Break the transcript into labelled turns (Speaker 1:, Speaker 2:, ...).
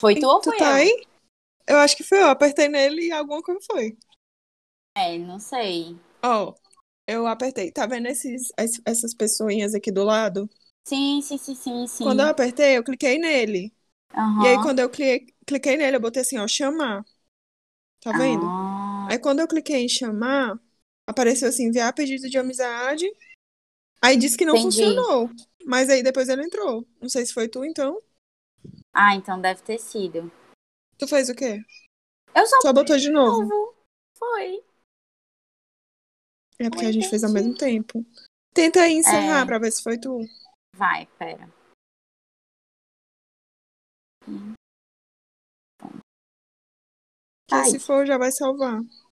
Speaker 1: Foi tu ou
Speaker 2: Tu
Speaker 1: foi
Speaker 2: tá
Speaker 1: eu?
Speaker 2: aí? Eu acho que foi eu. Apertei nele e alguma coisa foi.
Speaker 1: É, não sei.
Speaker 2: Ó, eu apertei. Tá vendo esses, es- essas pessoinhas aqui do lado?
Speaker 1: Sim, sim, sim, sim, sim.
Speaker 2: Quando eu apertei, eu cliquei nele.
Speaker 1: Aham.
Speaker 2: E aí, quando eu cli- cliquei nele, eu botei assim, ó, chamar. Tá vendo?
Speaker 1: Ah,
Speaker 2: Aí, quando eu cliquei em chamar, apareceu assim, enviar pedido de amizade. Aí disse que não
Speaker 1: Entendi.
Speaker 2: funcionou. Mas aí depois ele entrou. Não sei se foi tu, então.
Speaker 1: Ah, então deve ter sido.
Speaker 2: Tu fez o quê?
Speaker 1: Eu só
Speaker 2: Só botou de novo.
Speaker 1: novo. Foi.
Speaker 2: É porque
Speaker 1: Oi,
Speaker 2: a gente fez ao
Speaker 1: gente.
Speaker 2: mesmo tempo. Tenta aí encerrar
Speaker 1: É.
Speaker 2: pra ver se foi tu.
Speaker 1: Vai, pera.
Speaker 2: Porque
Speaker 1: Ai.
Speaker 2: se for, já vai salvar.